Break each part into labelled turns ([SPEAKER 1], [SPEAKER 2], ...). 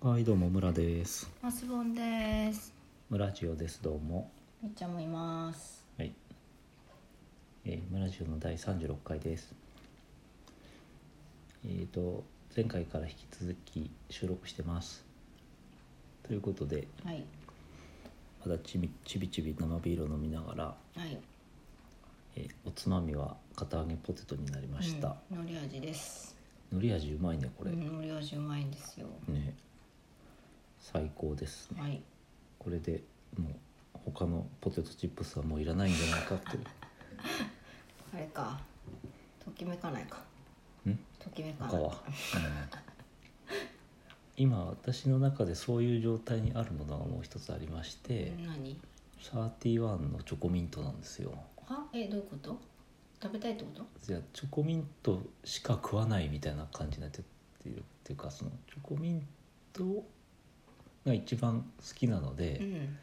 [SPEAKER 1] はいどうも村です
[SPEAKER 2] マスボンです。
[SPEAKER 1] 村ジオですどうも
[SPEAKER 2] みっちゃんもいます。
[SPEAKER 1] はい、えー、村ジオの第36回ですえっ、と前回から引き続き収録してますということで
[SPEAKER 2] はい。
[SPEAKER 1] まだちびちびちび生ビールを飲みながら、
[SPEAKER 2] はい。
[SPEAKER 1] えーおつまみは堅揚げポテトになりました、
[SPEAKER 2] うん海苔味です。
[SPEAKER 1] 海苔味うまいねこ
[SPEAKER 2] う
[SPEAKER 1] れ、
[SPEAKER 2] ん海苔味うまいんですよ。
[SPEAKER 1] ね最高ですね
[SPEAKER 2] はい。
[SPEAKER 1] これでもう他のポテトチップスはもういらないんじゃないかって いう
[SPEAKER 2] あれか。ときめかないか。
[SPEAKER 1] うん
[SPEAKER 2] ときめか
[SPEAKER 1] 他
[SPEAKER 2] ない。
[SPEAKER 1] は、今私の中でそういう状態にあるものがもう一つありまして、
[SPEAKER 2] うん何？
[SPEAKER 1] サーティワンのチョコミントなんですよ
[SPEAKER 2] は？えどういうこと？食べたいってこと？
[SPEAKER 1] じゃあチョコミントしか食わないみたいな感じになってってるっていうかそのチョコミントが一番好きなの
[SPEAKER 2] う
[SPEAKER 1] で、
[SPEAKER 2] ん。うん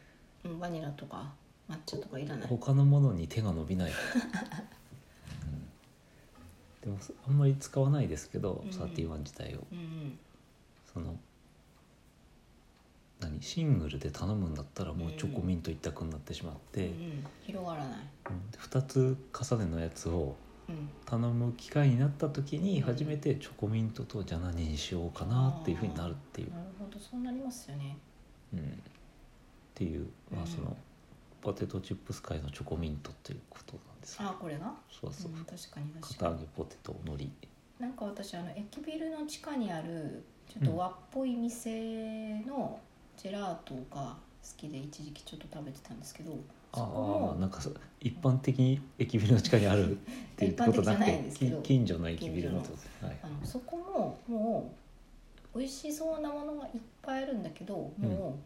[SPEAKER 2] バニラとか抹茶とかいらない。
[SPEAKER 1] 他のものに手が伸びない、うんでもあんまり使わないですけど、
[SPEAKER 2] うん
[SPEAKER 1] サーティワン自体を
[SPEAKER 2] うんうん。
[SPEAKER 1] その何シングルで頼むんだったらもうチョコミント一択になってしまって、
[SPEAKER 2] うんうん。広がらない。
[SPEAKER 1] 2つ重ねのやつを
[SPEAKER 2] うん。
[SPEAKER 1] 頼む機会になった時に
[SPEAKER 2] うん
[SPEAKER 1] 初めてチョコミントとじゃあ何にしようかなっていうふうになるっていう、
[SPEAKER 2] なるほどそうなりますよね。
[SPEAKER 1] うん、っていう、まあ、そのポテトチップス界のチョコミントっていうことなんですよ
[SPEAKER 2] あこれが？
[SPEAKER 1] そうそううん
[SPEAKER 2] 確かに確か
[SPEAKER 1] 片
[SPEAKER 2] に
[SPEAKER 1] 揚。げポテトのり
[SPEAKER 2] なんか私あの駅ビルの地下にあるちょっと和っぽい店のジェラートが好きで一時期ちょっと食べてたんですけどそ
[SPEAKER 1] あ
[SPEAKER 2] こ
[SPEAKER 1] あ
[SPEAKER 2] も
[SPEAKER 1] なんかそ一般的に駅ビルの地下にあるっていうことなく
[SPEAKER 2] 一般的じゃない
[SPEAKER 1] て
[SPEAKER 2] ですけ
[SPEAKER 1] き
[SPEAKER 2] ど
[SPEAKER 1] 近所の駅ビルのってことですはい
[SPEAKER 2] あのそこももう美味しそうなものがいっぱいあるんだけども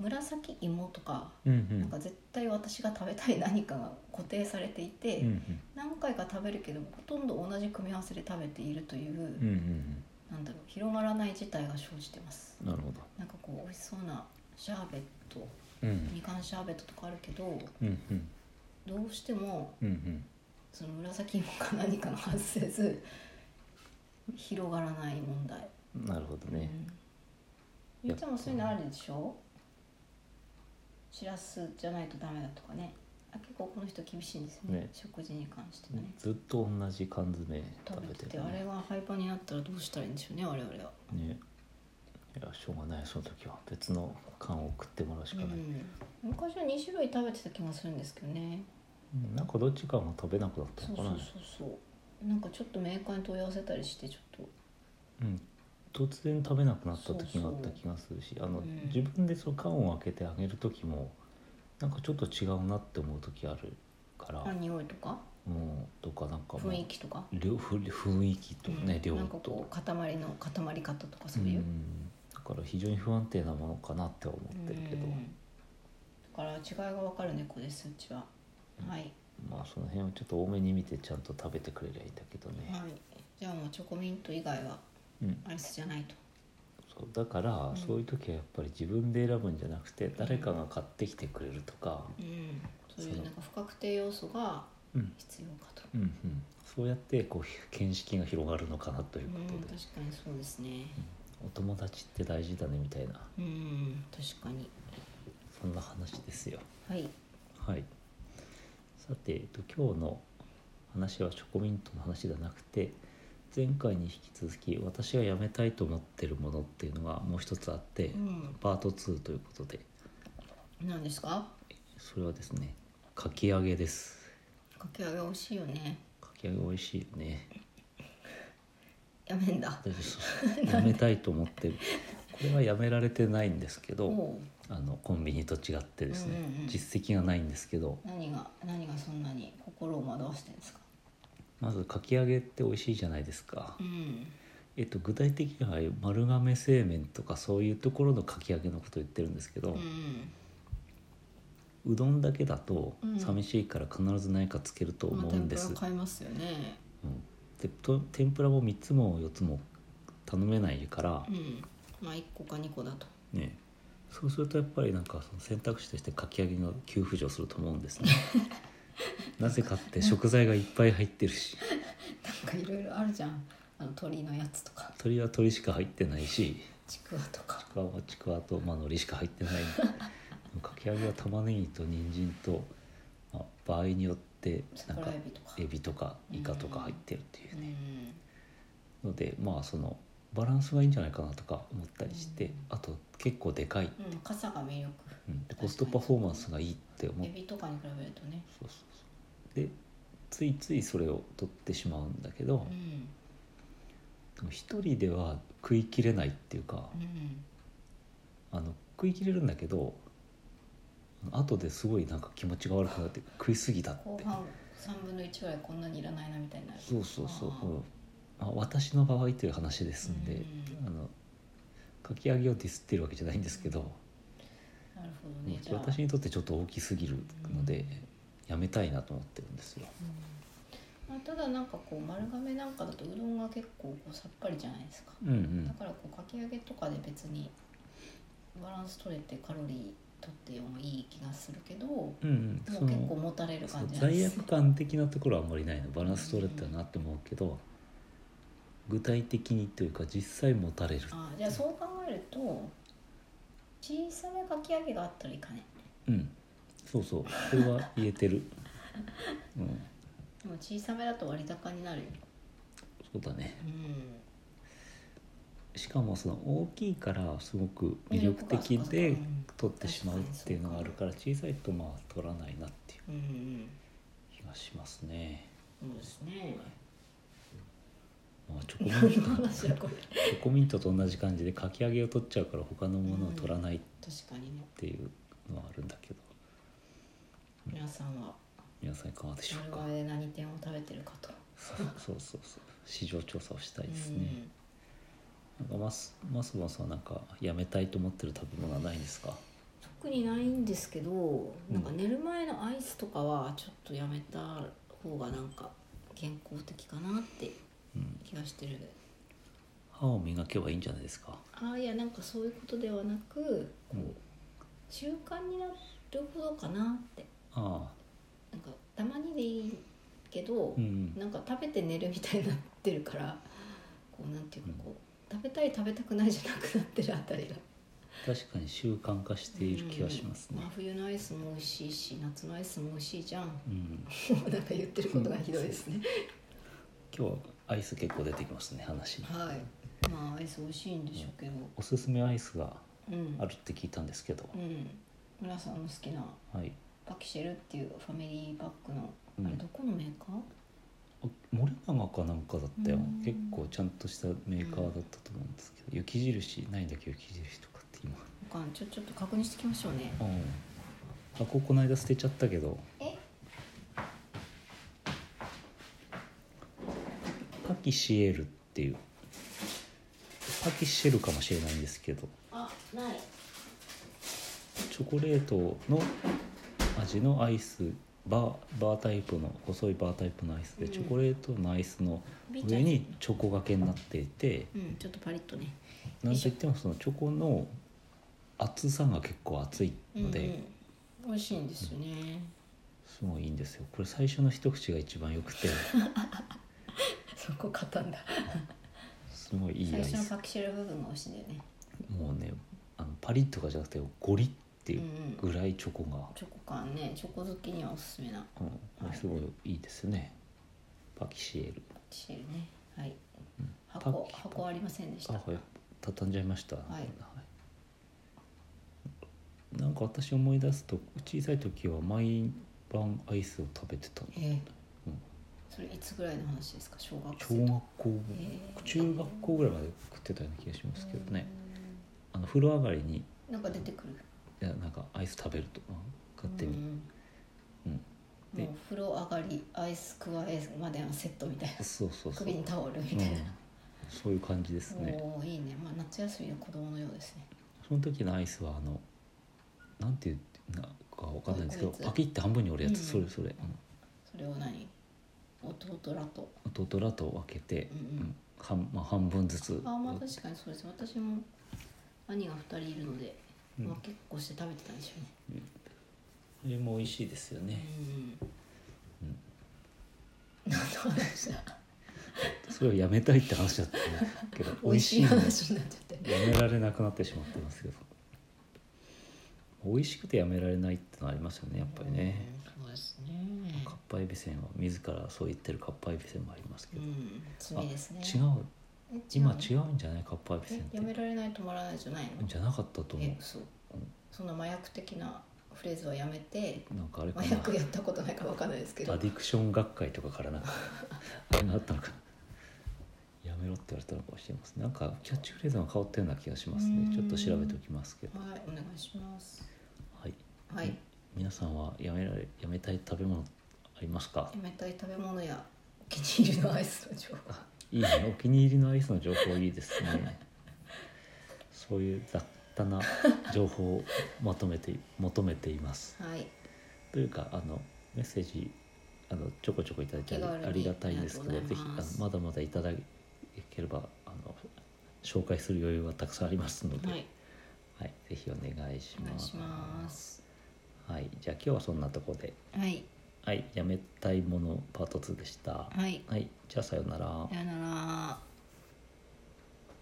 [SPEAKER 2] う紫芋とか
[SPEAKER 1] うん
[SPEAKER 2] なんか絶対私が食べたい何かが固定されていて
[SPEAKER 1] うんうん
[SPEAKER 2] 何回か食べるけどほとんど同じ組み合わせで食べているとい
[SPEAKER 1] うん
[SPEAKER 2] う
[SPEAKER 1] うん
[SPEAKER 2] なんだろう広がらない事態が生じてます。
[SPEAKER 1] うんなるほど
[SPEAKER 2] なんかこう美味しそうなシャーベット
[SPEAKER 1] うん
[SPEAKER 2] みかんシャーベットとかあるけど
[SPEAKER 1] うんうん
[SPEAKER 2] どうしても
[SPEAKER 1] うんうん
[SPEAKER 2] その紫芋か何かが発生せず広がらない問題、
[SPEAKER 1] なるほどね
[SPEAKER 2] うん、ゆうちゃんもそういうのあるでしょしらすじゃないとダメだとかねあ結構この人厳しいんですよね
[SPEAKER 1] ね
[SPEAKER 2] 食事に関してはね
[SPEAKER 1] ずっと同じ缶詰食
[SPEAKER 2] 食べ
[SPEAKER 1] べ
[SPEAKER 2] て
[SPEAKER 1] て
[SPEAKER 2] て
[SPEAKER 1] る
[SPEAKER 2] あれ
[SPEAKER 1] ね
[SPEAKER 2] が廃盤になったらどうしたらいいんでしょうね我々は、
[SPEAKER 1] ねいやしょうがないその時は別の缶を食ってもらうし
[SPEAKER 2] う
[SPEAKER 1] かない
[SPEAKER 2] ん、昔は2種類食べてた気がするんですけどね
[SPEAKER 1] うんなんかどっちかも食べなくなった
[SPEAKER 2] そ
[SPEAKER 1] のか
[SPEAKER 2] うそう
[SPEAKER 1] な
[SPEAKER 2] そうそうなんかちょっとメーカーに問い合わせたりしてちょっ
[SPEAKER 1] うん突然食べなくなった時があった気がするしあの
[SPEAKER 2] うん
[SPEAKER 1] 自分でその缶を開けてあげる時もなんかちょっと違うなって思う時あるから
[SPEAKER 2] とあ匂いとか
[SPEAKER 1] もうとかなんかもう
[SPEAKER 2] 雰囲気とか、
[SPEAKER 1] りょふ雰囲気とね、
[SPEAKER 2] う
[SPEAKER 1] 量
[SPEAKER 2] ん、なんか
[SPEAKER 1] と
[SPEAKER 2] こう塊の塊方とかそういうう、
[SPEAKER 1] んだから非常に不安定なものかなっては思ってるけど、
[SPEAKER 2] うんだから違いがわかる猫ですうちは、はい、
[SPEAKER 1] まあその辺をちょっと多めに見てちゃんと食べてくれりゃいいんだけどね、
[SPEAKER 2] はい、じゃあもうチョコミント以外は
[SPEAKER 1] うん、
[SPEAKER 2] アイスじゃないと
[SPEAKER 1] そうだから
[SPEAKER 2] ん
[SPEAKER 1] そういう時はやっぱり自分で選ぶんじゃなくて誰かが買ってきてくれるとか、
[SPEAKER 2] うんそうい
[SPEAKER 1] そうう
[SPEAKER 2] なんか不確定要素が
[SPEAKER 1] うん
[SPEAKER 2] 必要かと、、
[SPEAKER 1] うんうん、そうやってこう見識が広がるのかなといううんこと
[SPEAKER 2] 確
[SPEAKER 1] で、
[SPEAKER 2] かにそうですね
[SPEAKER 1] お友達って大事だねみたいな
[SPEAKER 2] うん確かに
[SPEAKER 1] そんな話ですよ
[SPEAKER 2] はい
[SPEAKER 1] はいさて、えっと、今日の話はチョコミントの話ではなくて前回に引き続き私がやめたいと思ってるものっていうのがもう一つあって、
[SPEAKER 2] うん
[SPEAKER 1] パート2ということで
[SPEAKER 2] 何ですか
[SPEAKER 1] それはですねかき揚げです
[SPEAKER 2] かき揚げ美味しいよね
[SPEAKER 1] かき揚げ美味しいよ ね
[SPEAKER 2] やめんだ
[SPEAKER 1] 私そうやめたいと思ってるこれはやめられてないんですけど
[SPEAKER 2] も
[SPEAKER 1] あのコンビニと違ってですね、
[SPEAKER 2] うんうんうん
[SPEAKER 1] 実績がないんですけど
[SPEAKER 2] う何が何がそんなに心を惑わしてんですか
[SPEAKER 1] まずかき揚げって美味しいじゃないですか
[SPEAKER 2] うん
[SPEAKER 1] えっと、具体的には丸亀製麺とかそういうところのかき揚げのことを言ってるんですけど
[SPEAKER 2] う、ん
[SPEAKER 1] うどんだけだと
[SPEAKER 2] うん
[SPEAKER 1] 寂しいから必ず何かつけると
[SPEAKER 2] ま
[SPEAKER 1] 思うん
[SPEAKER 2] あ天
[SPEAKER 1] で
[SPEAKER 2] ぷ
[SPEAKER 1] す、
[SPEAKER 2] ら買いますよね
[SPEAKER 1] うんでと天ぷらも3つも4つも頼めないから
[SPEAKER 2] う、んまあ1個か2個だと
[SPEAKER 1] ね、そうするとやっぱりなんかその選択肢としてかき揚げが急浮上すると思うんです ねなぜかって食材がいっぱい入ってるし
[SPEAKER 2] なんかいろいろあるじゃんあの鳥のやつとか
[SPEAKER 1] 鶏は鶏しか入ってないし
[SPEAKER 2] ちくわとか
[SPEAKER 1] ちくわはちくわと、まあ、海苔しか入ってない かき揚げは玉ねぎと人参と、まあ、場合によってなん
[SPEAKER 2] 桜
[SPEAKER 1] か
[SPEAKER 2] えびとか
[SPEAKER 1] エビとかイカとか入ってるっていううんね、のでまあそのバランスがいいんじゃないかなとか思ったりして、
[SPEAKER 2] うん
[SPEAKER 1] あと結構でかい、
[SPEAKER 2] うん、傘が魅力
[SPEAKER 1] うんでコストパフォーマンスがいいって思っ
[SPEAKER 2] エビとかに比べるとね
[SPEAKER 1] そうそうそうでついついそれを取ってしまうんだけど、
[SPEAKER 2] うん
[SPEAKER 1] でも一人では食い切れないっていうか、
[SPEAKER 2] うん
[SPEAKER 1] あの食い切れるんだけど後ですごいなんか気持ちが悪くなって食いすぎたっ
[SPEAKER 2] 後
[SPEAKER 1] て
[SPEAKER 2] 半3分の1ぐらいこんなにいらないなみたいになる
[SPEAKER 1] そうそうそう
[SPEAKER 2] あ、ー
[SPEAKER 1] うんまあ、私の場合という話ですんで、
[SPEAKER 2] うん
[SPEAKER 1] あのかき揚げをディスってるわけじゃないんですけど、
[SPEAKER 2] なるほどねじゃあ
[SPEAKER 1] 私にとってちょっと大きすぎるので、
[SPEAKER 2] うん
[SPEAKER 1] やめたいなと思ってるんですよ。
[SPEAKER 2] まあ、ただなんかこう丸亀なんかだとうどんが結構こうさっぱりじゃないですか
[SPEAKER 1] うんう
[SPEAKER 2] だ
[SPEAKER 1] ん、
[SPEAKER 2] からこうかき揚げとかで別にバランス取れてカロリー取ってもいい気がするけども
[SPEAKER 1] うんうん、
[SPEAKER 2] う
[SPEAKER 1] そ
[SPEAKER 2] 結
[SPEAKER 1] の
[SPEAKER 2] 構もたれる
[SPEAKER 1] そ
[SPEAKER 2] 感
[SPEAKER 1] う
[SPEAKER 2] じなんで
[SPEAKER 1] 罪
[SPEAKER 2] す
[SPEAKER 1] 悪感的なところはあんまりないのバランス取れたなって思うけど、具体的にというか実際持たれる、
[SPEAKER 2] あじゃあそう考えると小さめかき揚げがあったらいいかね
[SPEAKER 1] うん、そうそうそれは言えて る、うん、
[SPEAKER 2] でも小さめだと割高になるよ
[SPEAKER 1] そうだね
[SPEAKER 2] うん
[SPEAKER 1] しかもその大きいからすごく魅力的
[SPEAKER 2] う
[SPEAKER 1] で
[SPEAKER 2] ん
[SPEAKER 1] 取ってしまうっていうのがあるから小さいとまあ取らないなっていう
[SPEAKER 2] うんうん
[SPEAKER 1] 気がしますね。
[SPEAKER 2] そうですね
[SPEAKER 1] まあ、チョコミント
[SPEAKER 2] 話だこれ
[SPEAKER 1] チョコミントと同じ感じでかき揚げを取っちゃうから他のものを取らないっ
[SPEAKER 2] 確かにね
[SPEAKER 1] ていうのはあるんだけど
[SPEAKER 2] 皆さんは
[SPEAKER 1] 皆さんいかがでしょう
[SPEAKER 2] 丸
[SPEAKER 1] か
[SPEAKER 2] 亀で何店を食べてるかと
[SPEAKER 1] そうそうそうそう市場調査をしたいです
[SPEAKER 2] うんう
[SPEAKER 1] ね、
[SPEAKER 2] ん
[SPEAKER 1] なんかマスマスボンさんはなんかやめたいと思ってる食べ物はないんですか
[SPEAKER 2] 特にないんですけど
[SPEAKER 1] うん
[SPEAKER 2] なんか寝る前のアイスとかはちょっとやめた方がなんか健康的かなって
[SPEAKER 1] うん
[SPEAKER 2] 気がしてる
[SPEAKER 1] 歯を磨けばいいんじゃないですか
[SPEAKER 2] ああいやなんかそういうことではなく
[SPEAKER 1] う
[SPEAKER 2] こ
[SPEAKER 1] ん
[SPEAKER 2] う習慣になるほどかなって
[SPEAKER 1] ああ
[SPEAKER 2] なんかたまにでいいけど
[SPEAKER 1] う、ん
[SPEAKER 2] なんか食べて寝るみたいになってるからこうなんていうかこう食べたい食べたくないじゃなくなってるあたりが
[SPEAKER 1] 確かに習慣化している気がしますね
[SPEAKER 2] うん真冬のアイスも美味しいし夏のアイスも美味しいじゃん も
[SPEAKER 1] うん、
[SPEAKER 2] うなんか言ってることがひどいですね
[SPEAKER 1] 今日はアイス結構出てきますね話に
[SPEAKER 2] はいまあアイス美味しいんでしょうけど
[SPEAKER 1] おすすめアイスが
[SPEAKER 2] うん
[SPEAKER 1] あるって聞いたんですけど
[SPEAKER 2] う、ん村さんの好きな
[SPEAKER 1] はい
[SPEAKER 2] パキシェルっていうファミリーパックの
[SPEAKER 1] うん
[SPEAKER 2] あれどこのメーカー、
[SPEAKER 1] あ森永かなんかだったよ
[SPEAKER 2] うん
[SPEAKER 1] 結構ちゃんとしたメーカーだったと思うんですけど雪印ないんだっけ雪印とかって今
[SPEAKER 2] 他ちょちょっと確認してきましょうね
[SPEAKER 1] うん箱この間捨てちゃったけど
[SPEAKER 2] え
[SPEAKER 1] パキシエルっていうパキシェルかもしれないんですけど
[SPEAKER 2] あない
[SPEAKER 1] チョコレートの味のアイスバーバータイプの細いバータイプのアイスで、
[SPEAKER 2] うん
[SPEAKER 1] チョコレートのアイスの
[SPEAKER 2] ビーチアイ
[SPEAKER 1] 上
[SPEAKER 2] ス
[SPEAKER 1] にチョコがけになっていて
[SPEAKER 2] うんちょっとパリッとね
[SPEAKER 1] なんといってもそのチョコの厚さが結構厚いので、
[SPEAKER 2] うんうん、美味しいんですよね、
[SPEAKER 1] すごいいいんですよこれ最初の一口が一番よくて
[SPEAKER 2] そこ買ったんだ
[SPEAKER 1] すごいいいア
[SPEAKER 2] 最
[SPEAKER 1] イ
[SPEAKER 2] 初の
[SPEAKER 1] ス
[SPEAKER 2] パクチェル部分が美味しいんだよね
[SPEAKER 1] もうねあのパリッとかじゃなくてゴリって
[SPEAKER 2] う
[SPEAKER 1] い
[SPEAKER 2] ん
[SPEAKER 1] う
[SPEAKER 2] うん
[SPEAKER 1] ぐらいチョコが、
[SPEAKER 2] チョコ感ねチョコ好きにはおすすめな
[SPEAKER 1] うんこれすごいいいですねパキシエル
[SPEAKER 2] シェルねはい
[SPEAKER 1] うん
[SPEAKER 2] 箱
[SPEAKER 1] パキ
[SPEAKER 2] 箱ありませんでし
[SPEAKER 1] あ
[SPEAKER 2] た
[SPEAKER 1] はい畳んじゃいました、はいいなんか私思い出すと小さい時は毎晩アイスを食べてたの
[SPEAKER 2] えー
[SPEAKER 1] うん
[SPEAKER 2] それいつぐらいの話ですか小学
[SPEAKER 1] 小
[SPEAKER 2] 生
[SPEAKER 1] 学校
[SPEAKER 2] えー
[SPEAKER 1] 中学校ぐらいまで食ってたような気がしますけどねあの風呂上がりにい
[SPEAKER 2] うんなんか出てくる
[SPEAKER 1] やなんかアイス食べるとか買ってみ
[SPEAKER 2] う
[SPEAKER 1] る、
[SPEAKER 2] ん
[SPEAKER 1] うん
[SPEAKER 2] も
[SPEAKER 1] で
[SPEAKER 2] う風呂上がりアイス加えまでのセットみたいな
[SPEAKER 1] そうそうそう、
[SPEAKER 2] 首に
[SPEAKER 1] う
[SPEAKER 2] タオルみ
[SPEAKER 1] ん
[SPEAKER 2] たいな、、
[SPEAKER 1] そういう感じですね
[SPEAKER 2] おおいいね、まあ、夏休みの子供のようですね
[SPEAKER 1] その時のアイスはあのなんていうのかわかんないんですけど
[SPEAKER 2] こういうやつ
[SPEAKER 1] パキって半分に折るやつ、
[SPEAKER 2] う
[SPEAKER 1] そ
[SPEAKER 2] ん
[SPEAKER 1] れそれ、うん
[SPEAKER 2] それを何弟らと
[SPEAKER 1] 弟らと分けて、
[SPEAKER 2] うんうん
[SPEAKER 1] うん半まあ、半分ずつ
[SPEAKER 2] あまあ確かにそうです私も兄が2人いるので、
[SPEAKER 1] うん
[SPEAKER 2] まあ、結構して食べてたんでしょうね
[SPEAKER 1] それも美味しいですよね
[SPEAKER 2] うん何の話だ
[SPEAKER 1] それをやめたいって話だったんだけど
[SPEAKER 2] 美味しい
[SPEAKER 1] の
[SPEAKER 2] 話になっちゃって
[SPEAKER 1] やめられなくなってしまってますけど美味しくてやめられないってのありますよねやっぱりね、
[SPEAKER 2] うんそうですね
[SPEAKER 1] かっぱえびせんは自らそう言ってるかっぱえびせんもありますけ
[SPEAKER 2] う
[SPEAKER 1] ど、
[SPEAKER 2] ん罪ですね
[SPEAKER 1] 違う
[SPEAKER 2] え違う
[SPEAKER 1] 今違うんじゃないかっぱえびせんっ
[SPEAKER 2] えやめられない止まらないじゃないの
[SPEAKER 1] てじゃなかったと思
[SPEAKER 2] え
[SPEAKER 1] う
[SPEAKER 2] そうそんな麻薬的なフレーズはやめて
[SPEAKER 1] なんかあれか
[SPEAKER 2] 麻
[SPEAKER 1] な
[SPEAKER 2] 薬やったことないかわかんないですけど
[SPEAKER 1] アディクション学会とかから なんかあれがあったのかなやめろって言われたのかもしれませんなんかキャッチフレーズが変わったような気がします
[SPEAKER 2] う
[SPEAKER 1] ね
[SPEAKER 2] ん
[SPEAKER 1] ちょっと調べておきますけど
[SPEAKER 2] はいお願いします
[SPEAKER 1] はい
[SPEAKER 2] はいや
[SPEAKER 1] 皆さんはやめられやめたい食べ物ありますか
[SPEAKER 2] めたい食べ物や お気に入りのアイスの情報
[SPEAKER 1] いいねお気に入りのアイスの情報いいです ねそういう雑多な情報をまとめて求めています
[SPEAKER 2] はい
[SPEAKER 1] というかあのメッセージあのちょこちょこいただいてあり
[SPEAKER 2] 気軽に
[SPEAKER 1] ありがたいですけど
[SPEAKER 2] ありが
[SPEAKER 1] ぜ
[SPEAKER 2] とう
[SPEAKER 1] ひあ
[SPEAKER 2] ございま
[SPEAKER 1] の
[SPEAKER 2] す
[SPEAKER 1] まだまだいただければあの紹介する余裕はたくさんありますので、
[SPEAKER 2] は
[SPEAKER 1] はい
[SPEAKER 2] い
[SPEAKER 1] ぜひお願いし
[SPEAKER 2] お願
[SPEAKER 1] ま
[SPEAKER 2] い
[SPEAKER 1] す
[SPEAKER 2] します
[SPEAKER 1] はい、じゃあ今日はそんなところで
[SPEAKER 2] はい
[SPEAKER 1] 「はいやめたいものパート2」でした。
[SPEAKER 2] はい
[SPEAKER 1] はい、じゃあさようなら。
[SPEAKER 2] さよなら